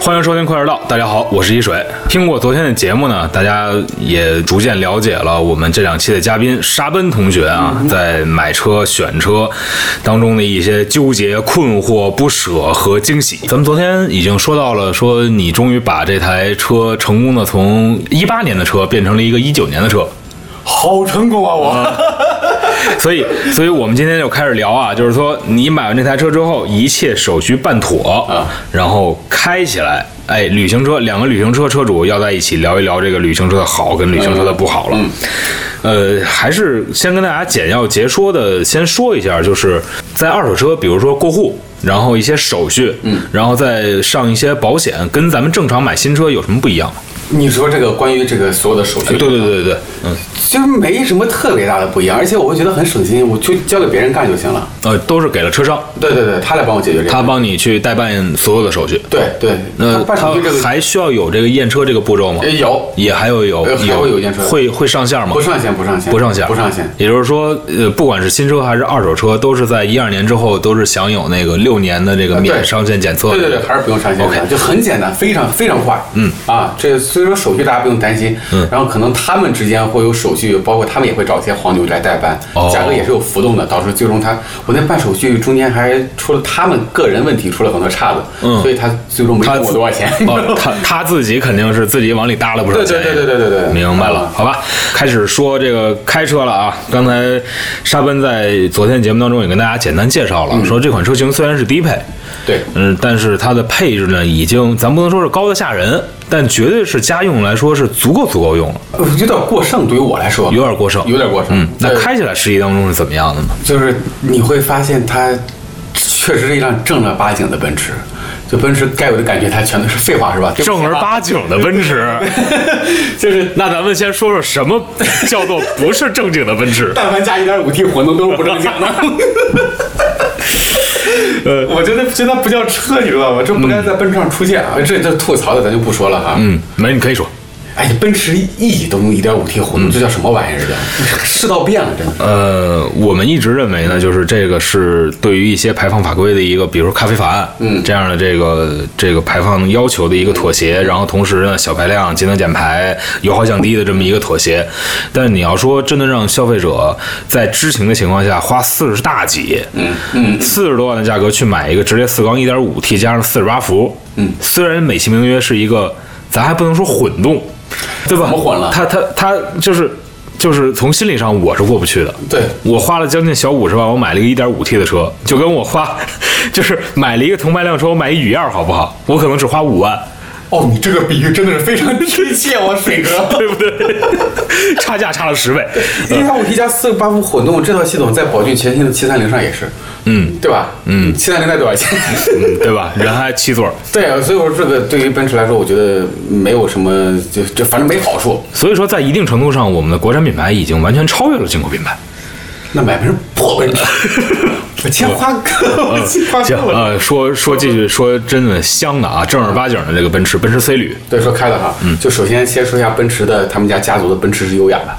欢迎收听《快车道》，大家好，我是一水。听过昨天的节目呢，大家也逐渐了解了我们这两期的嘉宾沙奔同学啊，在买车、选车当中的一些纠结、困惑、不舍和惊喜。咱们昨天已经说到了，说你终于把这台车成功的从一八年的车变成了一个一九年的车，好成功啊！我所以，所以我们今天就开始聊啊，就是说你买完这台车之后，一切手续办妥，然后开起来。哎，旅行车两个旅行车车主要在一起聊一聊这个旅行车的好跟旅行车的不好了。呃，还是先跟大家简要解说的，先说一下，就是在二手车，比如说过户，然后一些手续，嗯，然后再上一些保险，跟咱们正常买新车有什么不一样？你说这个关于这个所有的手续，对对，对对，嗯，其实没什么特别大的不一样，而且我会觉得很省心，我就交给别人干就行了。呃，都是给了车商，对对对，他来帮我解决这个。他帮你去代办所有的手续。对对，那他办它手续这个还需要有这个验车这个步骤吗呃？有也还有有呃还会有验车会会上线吗不？上线不上线不上线，不上线。也就是说，呃，不管是新车还是二手车，都是在一二年之后都是享有那个六年的这个免啊对上线检测。对对对，还是不用上线 OK 的，就很简单，非常非常快。嗯啊，这所以说手续大家不用担心。嗯，然后可能他们之间会有手续，包括他们也会找一些黄牛来代办哦，价格也是有浮动的，导致最终他我那办手续中间还出了他们个人问题，出了很多岔子，嗯所以他最终没他付我多少钱。 哦，他他自己肯定是自己往里搭了不少对钱对呀。对对对对对，明白了啊，。好吧，开始说这个开车了啊。刚才沙奔在昨天节目当中也跟大家简单介绍嗯了，说这款车型虽然是低配，对，嗯，但是它的配置呢，已经咱不能说是高的吓人，但绝对是家用来说是足够足够用了，呃有点过剩，对于我来说有点过剩。有点过剩。嗯，那对开起来实际当中是怎么样的呢？就是你会发现它确实是一辆正儿八经的奔驰，就奔驰该有的感觉，它全都是废话是吧？对不正起啊儿八经的奔驰， 就是。。那咱们先说说什么叫做不是正经的奔驰但凡加一点五 T 混动都是不正经 的。呃，我觉得这它不叫车，你知道吗？这不该在奔驰上出现啊！这这吐槽的咱就不说了哈。嗯，没，你可以说。哎，奔驰 E 都能一点五 T 混动，这叫什么玩意儿？这世道变了，真的。呃，我们一直认为呢，就是这个是对于一些排放法规的一个，比如说咖啡法案，嗯，这样的这个这个排放要求的一个妥协，然后同时呢，小排量、节能减排、油耗降低的这么一个妥协。但是你要说真的让消费者在知情的情况下花四十大几，嗯嗯，四十多万的价格去买一个直列四缸一点五 T 加上四十八伏，嗯，虽然美其名曰是一个，咱还不能说混动，对吧？怎么混了它它它就是。就是从心理上我是过不去的，对，我花了将近小五十万，我买了一个一点五 T 的车，就跟我花， 就是买了一个同排量车，我买一雨燕儿好不好？我可能只花五万，哦，你这个比喻真的是非常贴切，我水哥。对 不对？差价差了十倍。 一点五 T 加四八伏混动这套系统在宝骏全新的七三零上也是，嗯，对吧？嗯，七三零才多少钱？ 嗯，对吧？人还七座儿，对啊，所以说这个对于奔驰来说，我觉得没有什么，就就反正没好处。所以说在一定程度上，我们的国产品牌已经完全超越了进口品牌。那买瓶破奔驰， 我钱花够，我钱花嗯行， 够了。呃，说说继续说真的香的啊，正儿八经的这个奔驰，奔驰 C 旅，对，说开了哈，嗯就首先先说一下奔驰的，他们家家族的奔驰是优雅的，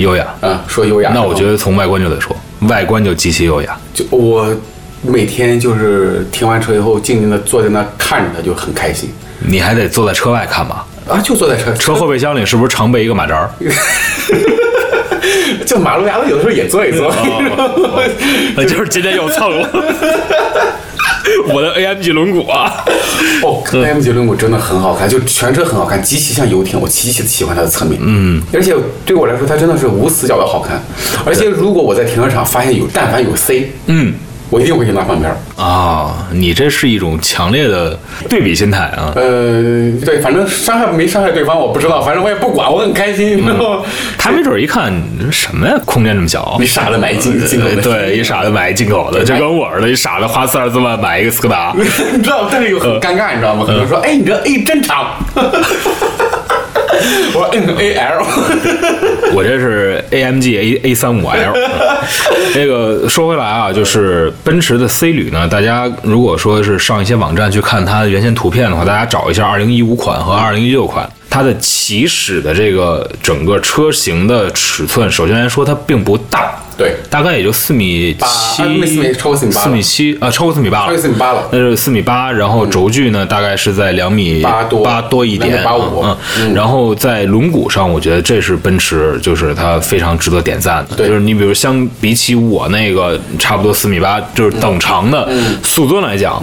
优雅。啊，说优雅。那我觉得从外观就得说，外观就极其优雅。就我每天就是停完车以后，静静的坐在那看着它，就很开心你还得坐在车外看吧，啊，就坐在车车后备箱里是不是常备一个马 扎儿？就马路牙子有的时候也坐一哦坐。 那就是今天又蹭 我，我的 AMG 轮毂啊，哦，AMG 轮毂真的很好看，就全车很好看，极其像游艇，我极其喜欢它的侧面。嗯，而且对我来说，它真的是无死角的好看。而且如果我在停车场发现有，但凡有 C，嗯。我一定会给它拿换边儿。啊，你这是一种强烈的对比心态啊！呃，对，反正伤害没伤害对方我不知道，反正我也不管，我很开心。嗯然后他没准儿一看什么呀，空间这么小你，傻了买进进口对呃的，对，一傻子买一进口的，就跟我似的，一傻子花三十四万买一个斯柯达，嗯你知道，但是又很尴尬，你知道吗？很多人说，哎，你这 A 真长。哎 我 N A L，我这是 AMG A A 三五 L。那个说回来啊，就是奔驰的 C 旅呢，大家如果说是上一些网站去看它的原先图片的话，大家找一下2015款和2016款。它的起始的这个整个车型的尺寸，首先来说它并不大，对，大概也就四米八七，啊没四米超过四米八了四米七啊，超过四米八二了，四米八了。那是四米八，然后轴距呢、大概是在两米八多八多一点， 2.85嗯，嗯然后在轮毂上，我觉得这是奔驰，就是它非常值得点赞的。对就是你比如相比起我那个差不多四米八，就是等长的嗯速尊来讲，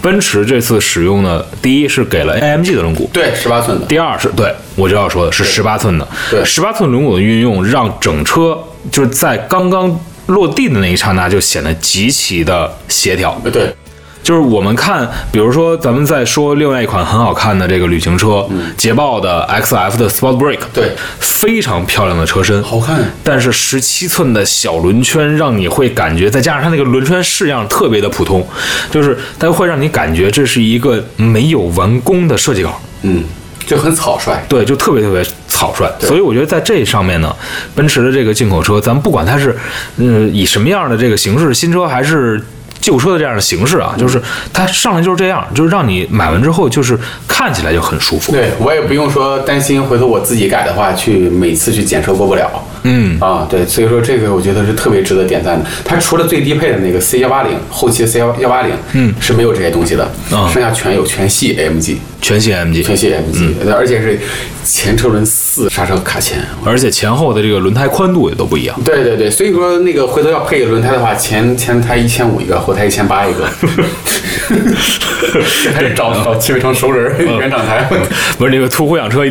奔驰这次使用的第一是给了 AMG 的轮毂，对，十八寸的，第二是对我就要说的是十八寸的，对十八寸轮毂的运用让整车就是在刚刚落地的那一刹那就显得极其的协调，呃对，就是我们看，比如说咱们在说另外一款很好看的这个旅行车，捷豹的 XF 的 Sport Break，嗯对，非常漂亮的车身，好看但是十七寸的小轮圈让你会感觉，再加上它那个轮圈式样特别的普通，就是它会让你感觉这是一个没有完工的设计稿。嗯，就很草率。对，就特别特别草率。所以我觉得在这上面呢，奔驰的这个进口车，咱们不管它是，呃，以什么样的这个形式，新车还是。旧车的这样的形式啊，就是它上来就是这样，就是让你买完之后就是看起来就很舒服。对我也不用说担心，回头我自己改的话，去每次去检车过不了。嗯啊，对，所以说这个我觉得是特别值得点赞的。它除了最低配的那个 C 幺八零，后期的 C 幺幺八零，嗯，是没有这些东西的，啊剩下全有全系 AMG，全系 AMG，全系 AMG，、而且是前车轮四刹车卡钳。而且前后的这个轮胎宽度也都不一样。对对对，所以说那个回头要配轮胎的话，前前胎一千五一个，后胎一千八 一个，还是找找汽配城熟人原厂台。不是那个途虎养车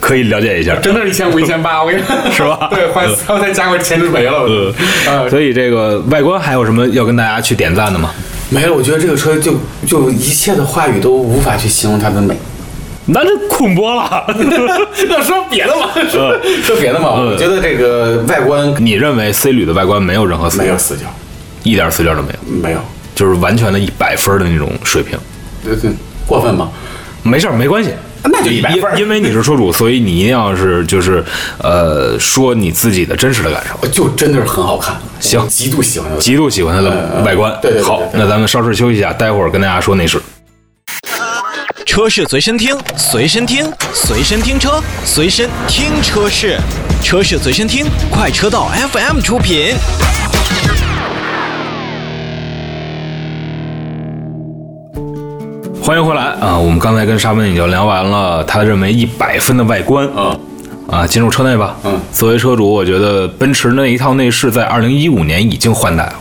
可以了解一下，真的是一千五、一千八，我跟你说，是吧 嗯对，换然后再加块前置没了，嗯，呃，所以这个外观还有什么要跟大家去点赞的吗？没了。我觉得这个车就就一切的话语都无法去形容它的美。那就捆播 了。 要说别的嘛，说说别的嘛，嗯我觉得这个外观呃你认为 C 旅的外观没有任何死没角有，死角，一点死角都没有，没有，就是完全的一百分的那种水平。对对，过分吗？没事儿，没关系。啊那就100因分儿因为你是车主，所以你一定要是就是，呃，说你自己的真实的感受。就真的是很好看，行我极度喜欢它。极度喜欢它的外观。呃对对对对好对，对那咱们稍事休息一下，待会儿跟大家说内饰。车是随身听，随身听，随身听车，随身听车是，车是随身听，快车道 FM 出品。欢迎回来啊！我们刚才跟沙文已经聊完了，他认为一百分的外观嗯，啊，进入车内吧。嗯作为车主，我觉得奔驰那一套内饰在二零一五年已经换代了。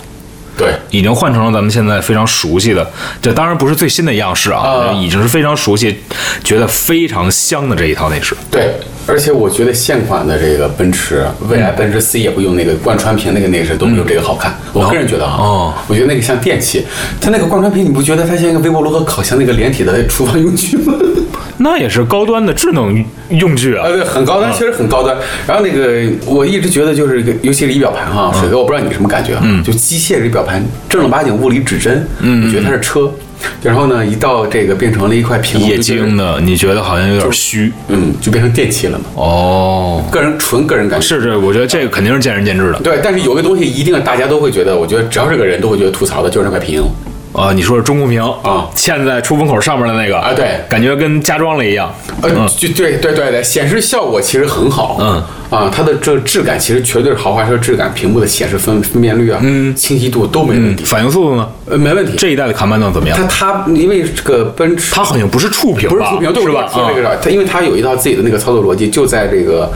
对，已经换成了咱们现在非常熟悉的，这当然不是最新的样式啊，啊已经是非常熟悉，觉得非常香的这一套内饰。对，而且我觉得现款的这个奔驰，未来奔驰 C 也不用那个贯穿屏那个内饰，都没有这个好看。我个人觉得啊，哦，我觉得那个像电器，它那个贯穿屏，你不觉得它像一个微波炉和烤箱那个连体的厨房用具吗？那也是高端的智能用具啊 啊，，对，很高端，确实很高端。嗯然后那个，我一直觉得就是一个，尤其是仪表盘哈，水哥，我不知道你什么感觉啊，就机械仪表盘，正儿八经物理指针，嗯，觉得它是车。然后呢，一到这个变成了一块屏幕，液就觉得晶，的，你觉得好像有点虚嗯，就变成电器了嘛。哦。个人纯个人感觉，是是，我觉得这个肯定是见仁见智的对，但是有一个东西一定大家都会觉得，我觉得只要是个人都会觉得吐槽的，就是那块屏。啊。你说是中控屏啊嵌在出风口上面的那个啊对感觉跟家装了一样。呃，就对对对对，显示效果其实很好。嗯啊，它的这质感其实绝对是豪华车质感，屏幕的显示分分辨率啊，嗯，清晰度都没问嗯题，，反应速度呢？呃，没问题。这一代的卡曼顿怎么样它？它因为这个奔驰它好像不是触屏吧，不是触屏，对是吧我？说这个啊事儿，它因为它有一套自己的那个操作逻辑，就在这个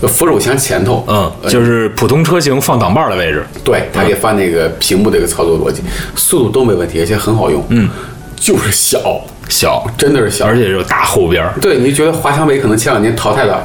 扶手箱前头。呃嗯，就是普通车型放挡把儿的位置。对，它给放那个屏幕的一个操作逻辑，速度都没问题，而且很好用。嗯，就是小，小，真的是小，而且有大后边儿，对，你就觉得华强北可能前两年淘汰的，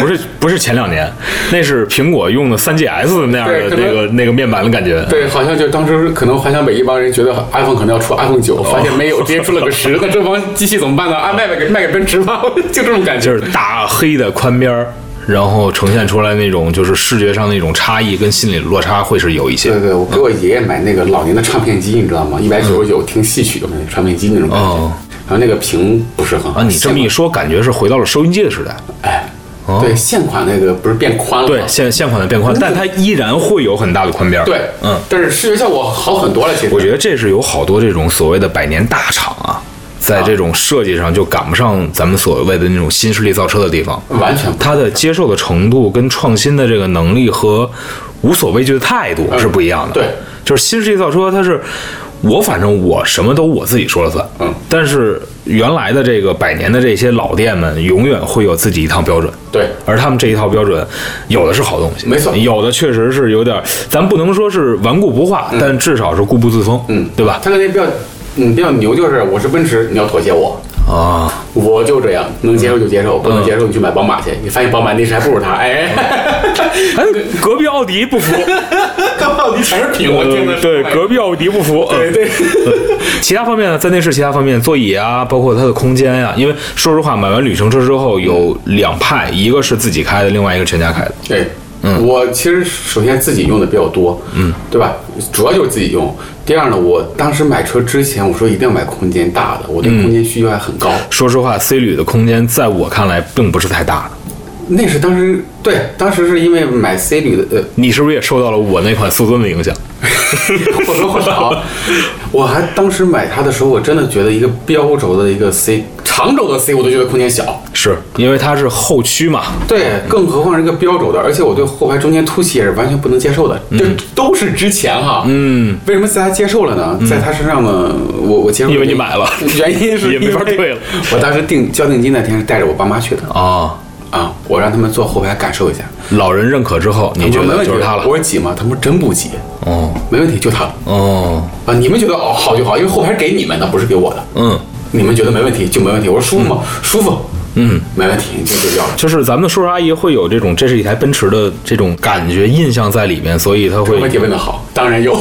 不是不是前两年，那是苹果用的 3GS 那样的对可能那个那个面板的感觉。 对，好像就当时可能华强北一帮人觉得 iPhone 可能要出 iPhone 九，发现没有，直接出了个十，那这帮机器怎么办呢？ 啊，卖卖给卖给奔驰吧， 就这种感就。觉是大黑的宽边儿，然后呈现出来那种就是视觉上那种差异跟心理落差会是有一些对。对，我给我爷爷买那个老年的唱片机，你知道吗？一百九十九听戏曲用的唱片机那种感觉哦。然后那个屏不是很好啊啊，你这么一说，感觉是回到了收音机的时代。哎，哦对，现款那个不是变宽了吗？对，现现款的变宽，但它依然会有很大的宽边儿。对，嗯，但是视觉效果好很多了，其实我觉得这是有好多这种所谓的百年大厂啊，在这种设计上就赶不上咱们所谓的那种新势力造车的地方。完全不它的接受的程度跟创新的这个能力和无所畏惧的态度是不一样的。嗯对，就是新世纪造车，它是我反正我什么都我自己说了算。嗯，但是原来的这个百年的这些老店们，永远会有自己一套标准。对而他们这一套标准，有的是好东西，没错有的确实是有点儿，咱不能说是顽固不化，但至少是固步自封，嗯对吧？他跟那比较，嗯，比较牛就是我是奔驰，你要妥协我，啊，我就这样，能接受就接受，不能接受你去买宝马去。你发现宝马内饰还不如它，哎，哎，隔壁奥迪不服， 刚好你全是品， 我听的呃对，隔壁奥迪不服，嗯对对对，其他方面呢，在内饰其他方面，座椅啊，包括它的空间呀、因为说实话，买完旅行车之后有两派，一个是自己开的，另外一个全家开的。 对，我其实首先自己用的比较多，嗯，对吧？主要就是自己用。第二呢，我当时买车之前，我说一定要买空间大的，我对空间需求还很高。说实话，C 旅的空间在我看来并不是太大的。那是当时对，当时是因为买 C 旅的，呃， 你是不是也受到了我那款速尊的影响？或多或少。我还当时买它的时候，我真的觉得一个标轴的一个 C，长轴的 C，我都觉得空间小。是因为它是后驱嘛？对，更何况是一个标轴的，而且我对后排中间凸起也是完全不能接受的，嗯这都是之前哈。嗯，为什么在他接受了呢？在他身上呢，我我接受嗯了因为你买了原 因是也没法因为退了。 我当时定交定金那天是带着我爸妈去的啊，啊，我让他们坐后排感受一下，老人认可之后，你觉我说没得问题就是它了我？说挤吗？他们说真不挤，哦没问题，就它了哦，啊。你们觉得哦好就好，因为后排给你们的，不是给我的。嗯。你们觉得没问题就没问题，我说舒服吗？舒服，嗯，没问题，这就要了。就是咱们的叔叔阿姨会有这种，这是一台奔驰的这种感觉印象在里面，所以他会问题问的好，当然有。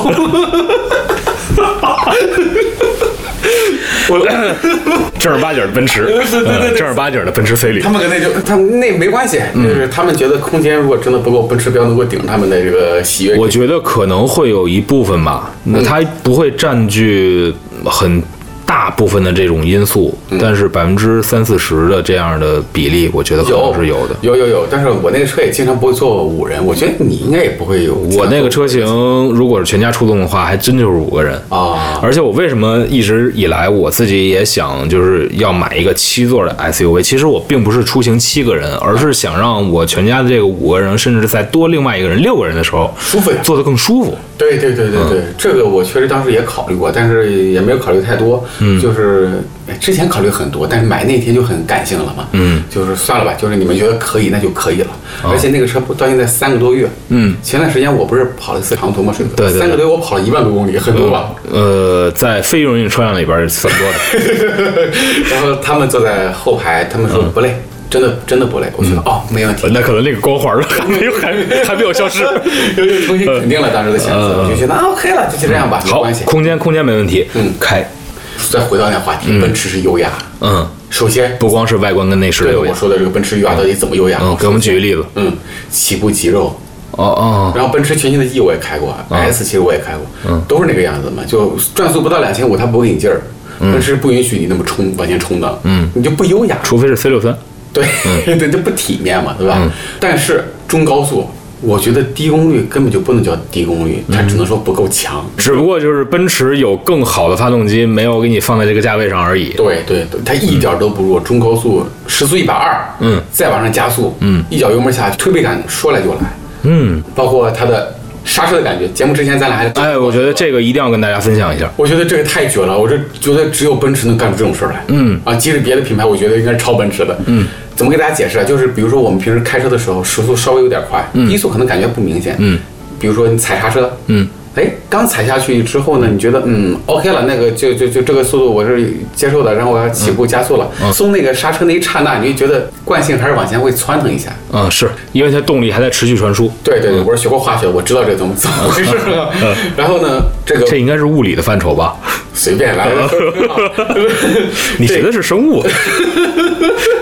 正儿八经儿的奔 驰，对对对嗯正儿八经儿的奔驰 C 旅他。们跟那就他们那没关系，嗯就是他们觉得空间如果真的不够，奔驰标能够顶他们的这个喜悦。我觉得可能会有一部分吧，嗯那它不会占据很大部分的这种因素，嗯但是百分之三四十的这样的比例，我觉得可能是有的。有有有，但是我那个车也经常不会坐五人，我觉得你应该也不会有。我那个车型如果是全家出动的话，还真就是五个人。啊，而且我为什么一直以来我自己也想就是要买一个七座的 SUV？其实我并不是出行七个人，而是想让我全家的这个五个人，甚至再多另外一个人六个人的时候，舒服呀坐得更舒服。对对对对对，嗯这个我确实当时也考虑过，但是也没有考虑太多。嗯，就是哎之前考虑很多，但是买那天就很感性了嘛。嗯，就是算了吧，就是你们觉得可以，那就可以了。哦而且那个车不到现在三个多月。嗯，前段时间我不是跑了一次长途嘛，水哥。对对对三个多月我跑了一万多公里，很多吧？呃，在非油用车辆里边儿算多的。 然后他们坐在后排，他们说不嗯累，真的真的不累。我觉得哦，没问题，那可能那个光环儿还没有还没还没有消失。嗯又重新肯定了当时的选择，我就觉得啊 OK 了，就就这样吧，没嗯好关系，。空间空间没问题，嗯开，再回到那话题，奔驰是优雅。嗯，首先，不光是外观跟内饰的对优我雅，说的这个奔驰优雅到底怎么优雅？嗯，给我们举个例子，嗯，起步肌肉，哦哦，然后奔驰全新的 E 我也开过嗯，S 其实我也开过，都是那个样子嘛，就转速不到两千五，它不会给你劲儿。嗯奔驰不允许你那么冲往前冲的，嗯，你就不优雅，除非是 C 六三，对， 对，这不体面嘛，对吧？但是中高速，我觉得低功率根本就不能叫低功率，它只能说不够强。只不过就是奔驰有更好的发动机，没有给你放在这个价位上而已。对对对，它一点都不弱。中高速时速一百二，嗯，再往上加速，嗯，一脚油门下去，推背感说来就来，嗯，包括它的刹车的感觉。节目之前咱俩还，哎，我觉得这个一定要跟大家分享一下。我觉得这个太绝了，我这觉得只有奔驰能干出这种事儿来。嗯啊，即使别的品牌，我觉得应该是超奔驰的。嗯，怎么给大家解释啊？就是比如说我们平时开车的时候，时速稍微有点快，低速可能感觉不明显。嗯，比如说你踩刹车，嗯，哎，刚踩下去之后呢，你觉得嗯 OK 了，那个就就就这个速度我是接受的，然后我要起步加速了，松那个刹车那一刹那，你就觉得惯性还是往前会窜腾一下。嗯，是因为它动力还在持续传输，对对对，我是学过化学，我知道这怎么怎么回事了。然后呢，这个这应该是物理的范畴吧？随便来来说说啊你学的是生物，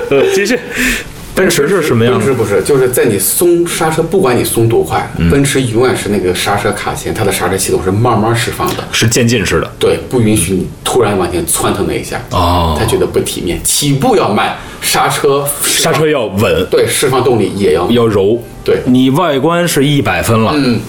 呃，继续。奔驰是什么样奔驰不是，就是在你松刹车，不管你松多快，嗯奔驰永远是那个刹车卡钳，它的刹车系统是慢慢释放的，是渐进式的。对，不允许你突然往前窜腾那一下，哦他觉得不体面。起步要慢，刹车刹车要稳，啊对释放动力也要要柔。对你外观是一百分了，嗯，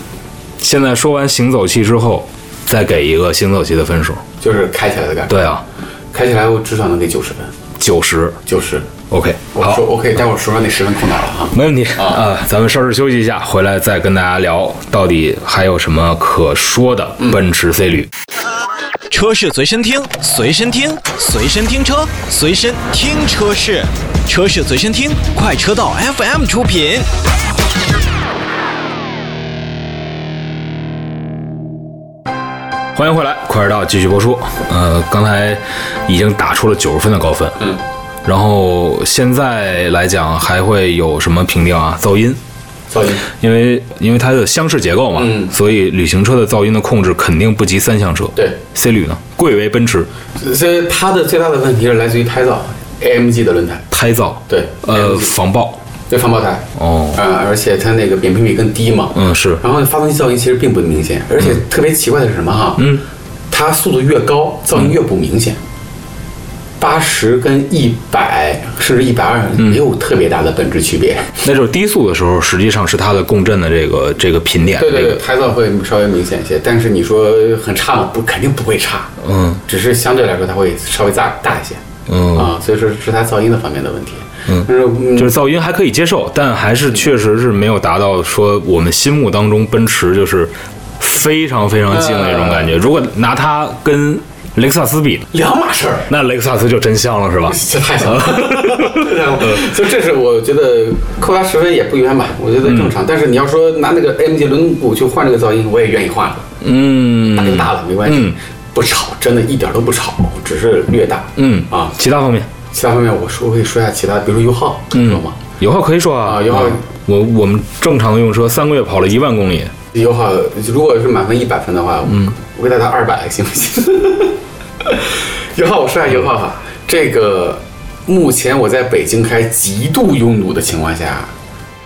现在说完行走器之后，再给一个行走器的分数。就是开起来的感觉。对啊，开起来我至少能给九十分，九十九十。 ，OK，我好说，OK，待会儿说说那十分空哪儿了啊？没问题啊、咱们稍事休息一下，回来再跟大家聊到底还有什么可说的嗯奔驰 C 旅。车是随身听，随身听，随身听车，随身听车是，车是随身听，快车道 FM 出品。欢迎回来，快车道继续播出。呃，刚才已经打出了九十分的高分，嗯，然后现在来讲还会有什么评定啊？噪音，噪音，因为因为它的厢式结构嘛，嗯所以旅行车的噪音的控制肯定不及三厢车。对，C 旅呢，贵为奔驰，所以它的最大的问题是来自于胎噪，AMG 的轮胎，胎噪，对呃， AMG 防爆，对防爆胎，哦，呃，而且它那个扁平比更低嘛，嗯，是，然后发动机噪音其实并不明显，而且特别奇怪的是什么哈？嗯，它速度越高，噪音越不明显。八十跟一百甚至一百二没有特别大的本质区别。那就是低速的时候，实际上是它的共振的这个这个频点，对对这对，个胎噪会稍微明显一些，但是你说很差吗？不，肯定不会差。嗯，只是相对来说它会稍微大大一些。嗯啊，所以说是它噪音的方面的问题。嗯，但是嗯就是噪音还可以接受，但还是确实是没有达到说我们心目当中奔驰就是非常非常近的那种感嗯觉。如果拿它跟雷克萨斯比，两码事儿。那雷克萨斯就真香了，是吧？这太 强了，太强了！所以这是我觉得扣他十分也不冤吧，我觉得正常。但是你要说拿那个 AMG 轮毂去换这个噪音，我也愿意换了，嗯大就大了，没关系，不吵，真的一点都不吵，只是略大。嗯啊，其他方面其他方面我说会说一下其他，比如说油耗，知道吗？油耗可以说啊，啊油耗我我们正常的用车三个月跑了一万公里，油耗如果是满分一百分的话，嗯，我给大家二百行不行？ 油耗我说下油耗哈，这个目前我在北京开极度拥堵的情况下，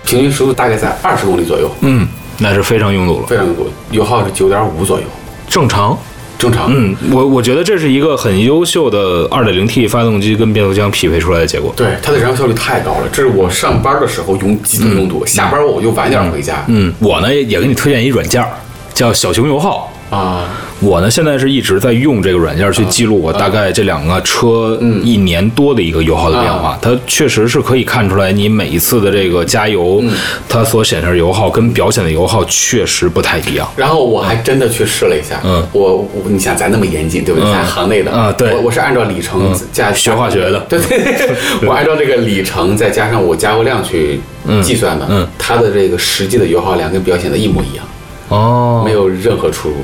平均时速大概在二十公里左右，嗯，那是非常拥堵了，非常拥堵，油耗是九点五左右，正常。正常。嗯，我我觉得这是一个很优秀的 2.0T 发动机跟变速箱匹配出来的结果。对，它的燃油效率太高了，这是我上班的时候拥极度拥堵，下班我就晚点回家。嗯，我呢也也给你推荐一软件儿，叫小熊油耗。啊，我呢现在是一直在用这个软件儿去记录我大概这两个车一年多的一个油耗的变化，它确实是可以看出来你每一次的这个加油，它所显示的油耗跟表显的油耗确实不太一样。然后我还真的去试了一下，嗯我我你想咱那么严谨，对不对？嗯咱行内的啊对嗯我我是按照里程加学化学的对对，对 我按照这个里程再加上我加油量去计算的，嗯它的这个实际的油耗量跟表显的一模一样，哦没有任何出入。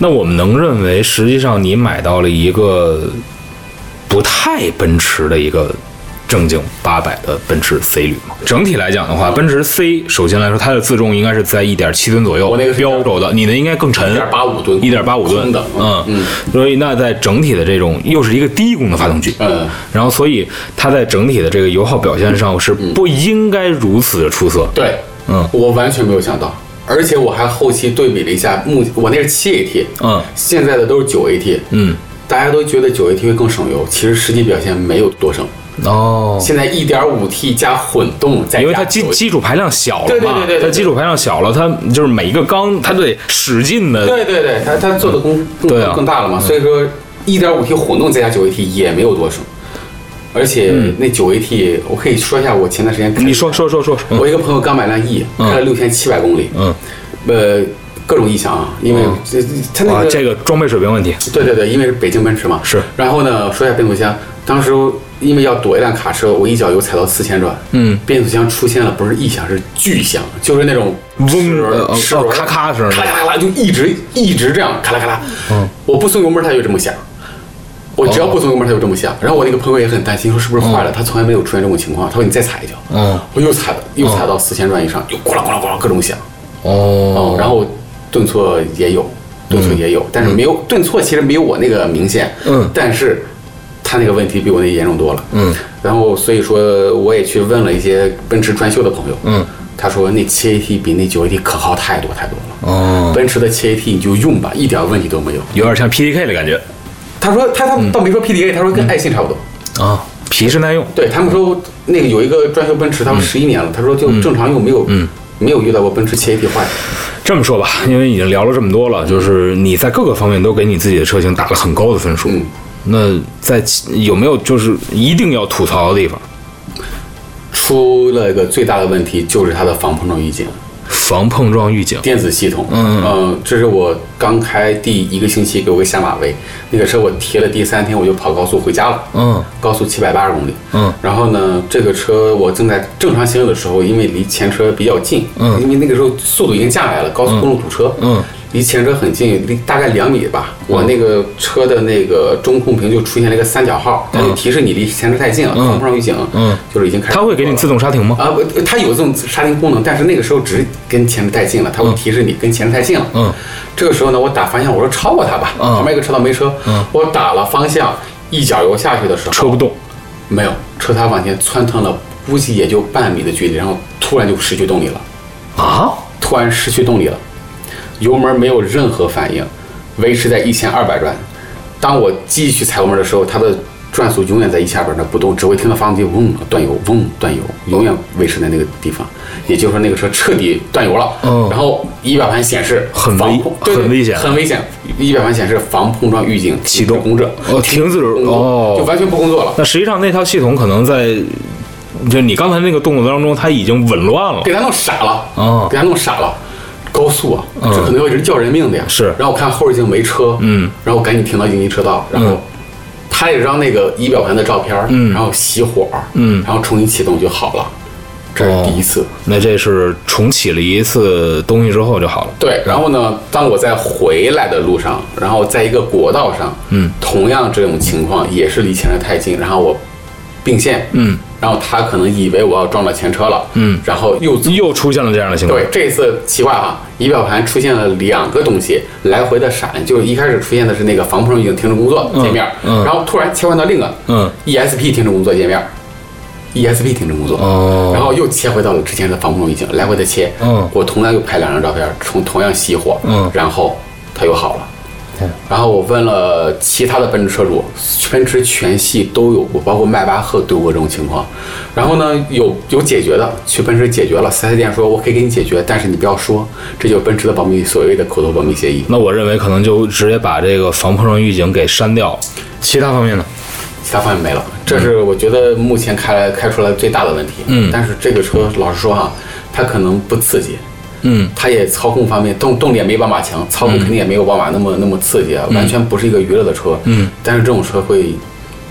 那我们能认为，实际上你买到了一个不太奔驰的一个正经八百的奔驰 C 旅吗？整体来讲的嗯话，奔驰 C 首先来说，它的自重应该是在一点七吨左右，我那个是标轴的，你的应该更沉， 1.85吨一点八五吨空的嗯嗯所以那在整体的这种又是一个低功的发动机，嗯，然后所以它在整体的这个油耗表现上是嗯不应该如此的出色，对，嗯我完全没有想到，而且我还后期对比了一下，目我那是七 AT，嗯现在的都是九 AT，嗯，大家都觉得九 AT 会更省油，其实实际表现没有多省。哦，现在一点五 T 加混动再加，因为它基基础排量小了嘛，对对对对对它基础排量小了，它就是每一个缸它得使劲的，对对对，它它做的工更对啊更大了嘛，所以说一点五 T 混动再加九 AT 也没有多省，而且那九 AT 我可以说一下，我前段时间开嗯你说说说说，嗯我一个朋友刚买辆 E，开了六千七百公里，嗯，呃，各种异响啊，因为这它那哇，个啊这个装备水平问题，对对对，因为是北京奔驰嘛，是然后呢，说一下变速箱，当时因为要躲一辆卡车，我一脚油踩到四千转，嗯，变速箱出现了不是异响，是巨响，就是那种嗡齿轮呃哦齿轮哦咔咔声咔啦咔啦就一直一直这样咔啦咔啦，嗯，我不松油门它就这么响。我只要不松油门，它就这么哦响。然后我那个朋友也很担心，说是不是坏了？他从来没有出现这种情况。他说你再踩一脚，嗯，我又踩了，又踩到四千转以上，又咣啷咣啷咣啷各种响。哦哦，嗯然后顿挫也有，顿挫也有，但是没有顿挫，其实没有我那个明显。嗯但是他那个问题比我那严重多了。嗯，然后所以说我也去问了一些奔驰专修的朋友。嗯，他说那7 AT 比那9 AT 可靠太多太多了。哦，奔驰的7 AT 你就用吧，一点问题都没有。有点像 PDK 的感觉他说他他倒没说 PDA，他说跟爱信差不多。啊，皮实耐用。对他们说那个有一个专修奔驰，他们十一年了，他说就正常用没有没有遇到过奔驰7 AT 坏的。这么说吧，因为已经聊了这么多了，就是你在各个方面都给你自己的车型打了很高的分数。嗯那在其有没有就是一定要吐槽的地方？出了一个最大的问题就是它的防碰撞预警。防碰撞预警，电子系统，嗯呃，这是我刚开第一个星期给我个下马威，那个车我贴了第三天我就跑高速回家了，嗯，高速七百八十公里，嗯，然后呢，这个车我正在正常行驶的时候，因为离前车比较近，嗯，因为那个时候速度已经下来了，高速公路堵车，嗯，离前车很近，离大概两米吧，我那个车的那个中控屏就出现了一个三角号，它就提示你离前车太近了，防碰撞预警，嗯，就是已经开始，它会给你自。动刹停吗？啊，不，它有这种刹停功能，但是那个时候只是跟前置太近了，它会提示你跟前置太近了。嗯，这个时候呢，我打方向，我说超过它吧，嗯旁边一个车道没车，嗯，我打了方向，一脚油下去的时候，车不动，没有，车它往前窜腾了，估计也就半米的距离，然后突然就失去动力了，啊？突然失去动力了，油门没有任何反应，维持在一千二百转。当我继续踩油门的时候，它的转速永远在一千二百转不动，只会听到发动机嗡呃断油，嗡断油，永远维持在那个地方。也就是说，那个车彻底断油了。嗯然后仪表盘显示很防危碰对很对危险很危险。仪表盘显示防碰撞预警启动工整，哦停止工作哦嗯就完全不工作了。那实际上那套系统可能在，就你刚才那个动作当中，它已经紊乱了给。他弄傻了，哦给他弄傻了。高速啊，嗯这可能要人叫人命的呀。是然后我看后视镜没车，嗯，然后我赶紧停到应急车道，然后嗯拍了张那个仪表盘的照片，嗯然后熄火，嗯然后重新启动就好了。这哦是第一次。那这是重启了一次东西之后就好了。对，然后呢？当我在回来的路上，然后在一个国道上，嗯，同样这种情况也是离前车太近，然后我并线，嗯，然后他可能以为我要撞到前车了，嗯然后又又出现了这样的情况对，。这一次奇怪啊，仪表盘出现了两个东西来回的闪，就是一开始出现的是那个防碰撞预警停止工作界面，嗯然后突然切换到另一个，E 嗯 ESP 停止工作界面，ESP ，E 停止工作，哦然后又切回到了之前的防碰撞预警，来回的切，嗯我同样又拍两张照片，同同样熄火，嗯然后它又好了嗯。然后我问了其他的奔驰车主，奔驰全系都有过，包括迈巴赫都有过这种情况。然后呢，有有解决的，去奔驰解决了。4S 店说我可以给你解决，但是你不要说，这就是奔驰的保密所谓的口头保密协议。那我认为可能就直接把这个防碰撞预警给删掉了。其他方面呢？其他方面没了。这是我觉得目前开来开出来最大的问题。嗯但是这个车老实说哈、它可能不刺激，嗯，它也操控方面动动力也没宝马强，操控肯定也没有宝马那么那么刺激啊，嗯完全不是一个娱乐的车。嗯，但是这种车会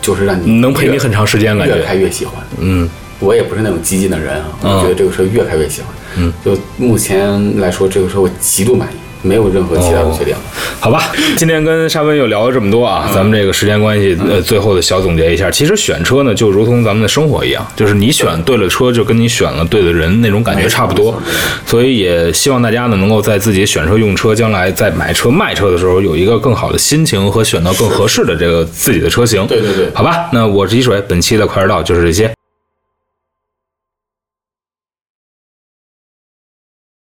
就是让你能陪你很长时间感越觉越。开越喜欢。嗯，我也不是那种激进的人啊，我嗯觉得这个车越开越喜欢。嗯，就目前来说，这个车我极度满意，没有任何其哦他的缺点。 好吧，今天跟沙文又聊了这么多嗯啊，咱们这个时间关系，呃，最后的小总结一下，其实选车呢，就如同咱们的生活一样，就是你选对了车，就跟你选了对的人那种感觉差不多没错没错。所以也希望大家呢，能够在自己选车、用车，将来在买车、卖车的时候，有一个更好的心情和选到更合适的这个自己的车型。对对对好吧，那我是一水，本期的快车道就是这些。